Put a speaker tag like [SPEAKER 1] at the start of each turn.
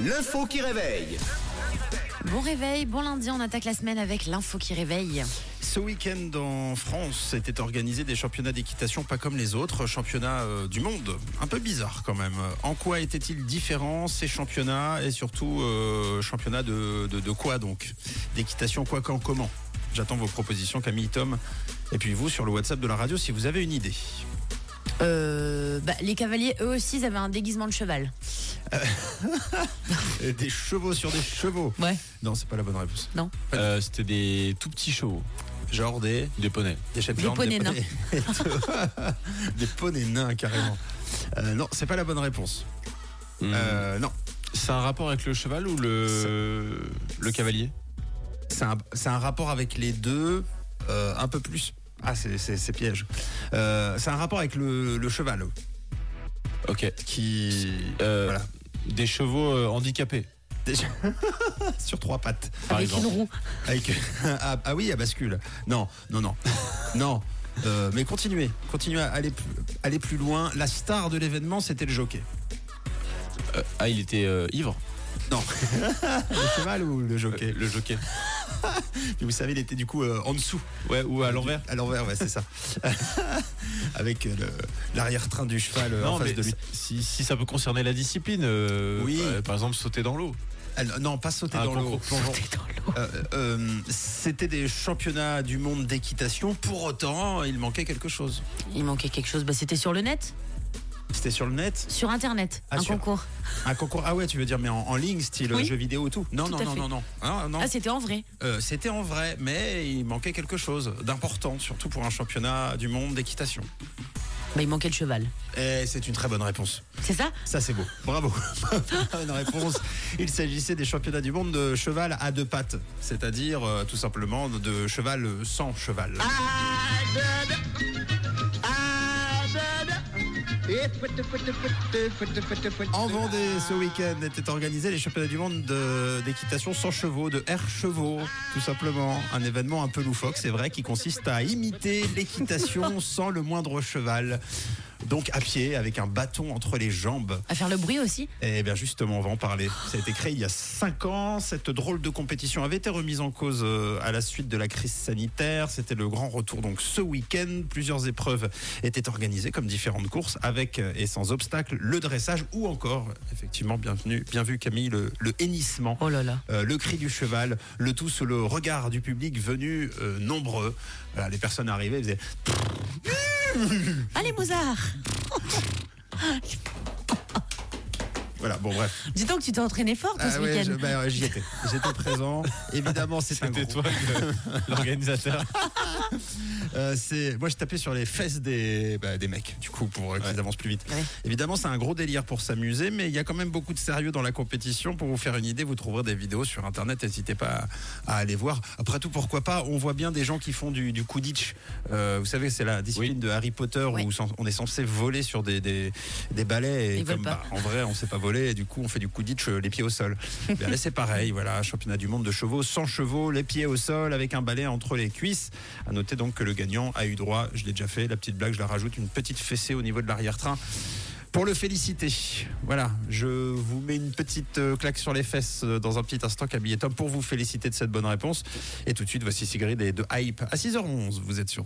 [SPEAKER 1] L'info qui réveille.
[SPEAKER 2] Bon réveil, bon lundi, on attaque la semaine avec l'info qui réveille.
[SPEAKER 3] Ce week-end en France étaient organisés des championnats d'équitation pas comme les autres, championnats euh, du monde, un peu bizarre quand même. En quoi étaient-ils différents ces championnats et surtout euh, championnats de, de, de quoi donc D'équitation quoi quand comment J'attends vos propositions Camille Tom et puis vous sur le WhatsApp de la radio si vous avez une idée.
[SPEAKER 2] Euh, bah, les cavaliers, eux aussi, ils avaient un déguisement de cheval.
[SPEAKER 3] Euh, Des chevaux sur des chevaux
[SPEAKER 2] Ouais.
[SPEAKER 3] Non, c'est pas la bonne réponse.
[SPEAKER 2] Non.
[SPEAKER 4] Euh, C'était des tout petits chevaux,
[SPEAKER 3] Genre des
[SPEAKER 4] des poneys.
[SPEAKER 3] Des chefs
[SPEAKER 2] Des
[SPEAKER 3] d'orgue,
[SPEAKER 2] poneys nains.
[SPEAKER 3] des poneys nains, carrément. Euh, non, c'est pas la bonne réponse.
[SPEAKER 4] Euh,
[SPEAKER 3] Euh, non,
[SPEAKER 4] C'est un rapport avec le cheval ou le, le cavalier
[SPEAKER 3] c'est un, c'est un rapport avec les deux, euh, un peu plus. Ah, c'est- c'est c'est piège. Euh, c'est un rapport avec le, le cheval
[SPEAKER 4] Ok.
[SPEAKER 3] qui.
[SPEAKER 4] Euh,
[SPEAKER 3] Voilà.
[SPEAKER 4] Des chevaux euh, handicapés,
[SPEAKER 3] Déjà, sur trois pattes.
[SPEAKER 4] par
[SPEAKER 2] avec
[SPEAKER 4] exemple.
[SPEAKER 2] une roue.
[SPEAKER 3] Avec, ah, ah oui, à bascule. Non, non, non. non. Euh, mais continuez, continuez à aller, plus- aller plus loin. La star de l'événement, c'était le jockey.
[SPEAKER 4] Euh, ah, il était euh, ivre,
[SPEAKER 3] Non. le cheval ou le
[SPEAKER 4] euh,
[SPEAKER 3] jockey
[SPEAKER 4] le jockey.
[SPEAKER 3] Et vous savez, il était du coup euh, en dessous.
[SPEAKER 4] Ouais, ou à l'envers.
[SPEAKER 3] À l'envers, ouais, c'est ça. Avec euh, le- l'arrière-train du cheval euh, en
[SPEAKER 4] Non,
[SPEAKER 3] face
[SPEAKER 4] mais
[SPEAKER 3] de lui.
[SPEAKER 4] si, si ça peut concerner la discipline, euh,
[SPEAKER 3] Oui.
[SPEAKER 4] euh, par exemple sauter dans l'eau.
[SPEAKER 3] Ah, non, non, pas sauter
[SPEAKER 4] Ah,
[SPEAKER 3] dans l'eau.
[SPEAKER 4] concours plongeon.
[SPEAKER 2] T'es dans l'eau.
[SPEAKER 3] Euh, euh, C'était des championnats du monde d'équitation. Pour autant, il manquait quelque chose.
[SPEAKER 2] Il manquait quelque chose. Bah, c'était sur le net,
[SPEAKER 3] C'était sur le net.
[SPEAKER 2] sur internet,
[SPEAKER 3] Ah,
[SPEAKER 2] un
[SPEAKER 3] sur-
[SPEAKER 2] concours.
[SPEAKER 3] Un concours. Ah ouais, tu veux dire, mais en, en ligne, style
[SPEAKER 2] Oui.
[SPEAKER 3] jeu vidéo ou tout Non,
[SPEAKER 2] Tout
[SPEAKER 3] non,
[SPEAKER 2] à
[SPEAKER 3] non,
[SPEAKER 2] fait.
[SPEAKER 3] non, non, non, non.
[SPEAKER 2] Ah, c'était en vrai.
[SPEAKER 3] Euh, C'était en vrai, mais il manquait quelque chose d'important, surtout pour un championnat du monde d'équitation.
[SPEAKER 2] Bah, il manquait le cheval.
[SPEAKER 3] Et c'est une très bonne réponse.
[SPEAKER 2] C'est ça
[SPEAKER 3] Ça, c'est beau. Bravo. Bonne réponse. Il s'agissait des championnats du monde de cheval à deux pattes, c'est-à-dire euh, tout simplement de cheval sans cheval. En Vendée, ce week-end étaient organisés les championnats du monde de- d'équitation sans chevaux, de air chevaux, tout simplement. Un événement un peu loufoque, c'est vrai, qui consiste à imiter l'équitation sans le moindre cheval. Donc à pied, avec un bâton entre les jambes.
[SPEAKER 2] À faire le bruit aussi
[SPEAKER 3] Eh bien justement, on va en parler. Ça a été créé il y a 5 ans. Cette drôle de compétition avait été remise en cause euh, à la suite de la crise sanitaire. C'était le grand retour donc ce week-end. Plusieurs épreuves étaient organisées comme différentes courses avec euh, et sans obstacle, le dressage ou encore, effectivement, bienvenue, bien vu Camille, le, le hennissement.
[SPEAKER 2] Oh là là.
[SPEAKER 3] euh, le cri du cheval, le tout sous le regard du public venu euh, nombreux. Voilà, les personnes arrivaient, faisaient
[SPEAKER 2] Allez, Mozart
[SPEAKER 3] voilà bon bref.
[SPEAKER 2] Dis donc, tu t'es entraîné fort toi,
[SPEAKER 3] Ah
[SPEAKER 2] ce
[SPEAKER 3] ouais,
[SPEAKER 2] week-end.
[SPEAKER 3] je- bah, ouais, j'y étais, j'étais présent. Évidemment, c'est un
[SPEAKER 4] C'était
[SPEAKER 3] groupe.
[SPEAKER 4] toi le- l'organisateur.
[SPEAKER 3] Euh, c'est moi je tapais sur les fesses des bah, des mecs du coup pour euh, qu'ils avancent plus vite.
[SPEAKER 2] Ouais.
[SPEAKER 3] Évidemment c'est un gros délire pour s'amuser mais il y a quand même beaucoup de sérieux dans la compétition pour vous faire une idée vous trouverez des vidéos sur internet n'hésitez pas à, à aller voir. Après tout pourquoi pas on voit bien des gens qui font du, du Quidditch Euh, vous savez c'est la discipline de Harry Potter
[SPEAKER 2] Ouais.
[SPEAKER 3] où sans- on est censé voler sur des des, des balais et
[SPEAKER 2] Ils veulent
[SPEAKER 3] comme
[SPEAKER 2] pas.
[SPEAKER 3] bah, en vrai on sait pas voler et du coup on fait du Quidditch euh, les pieds au sol. Bien, là c'est pareil voilà championnat du monde de chevaux sans chevaux les pieds au sol avec un balai entre les cuisses. À noter donc que le gagnant a eu droit, je l'ai déjà fait, la petite blague, je la rajoute, une petite fessée au niveau de l'arrière-train. Pour le féliciter, voilà, je vous mets une petite euh, claque sur les fesses euh, dans un petit instant, Camille et Tom, pour vous féliciter de cette bonne réponse. Et tout de suite, voici Sigrid et de Hype à 6h11. Vous êtes sur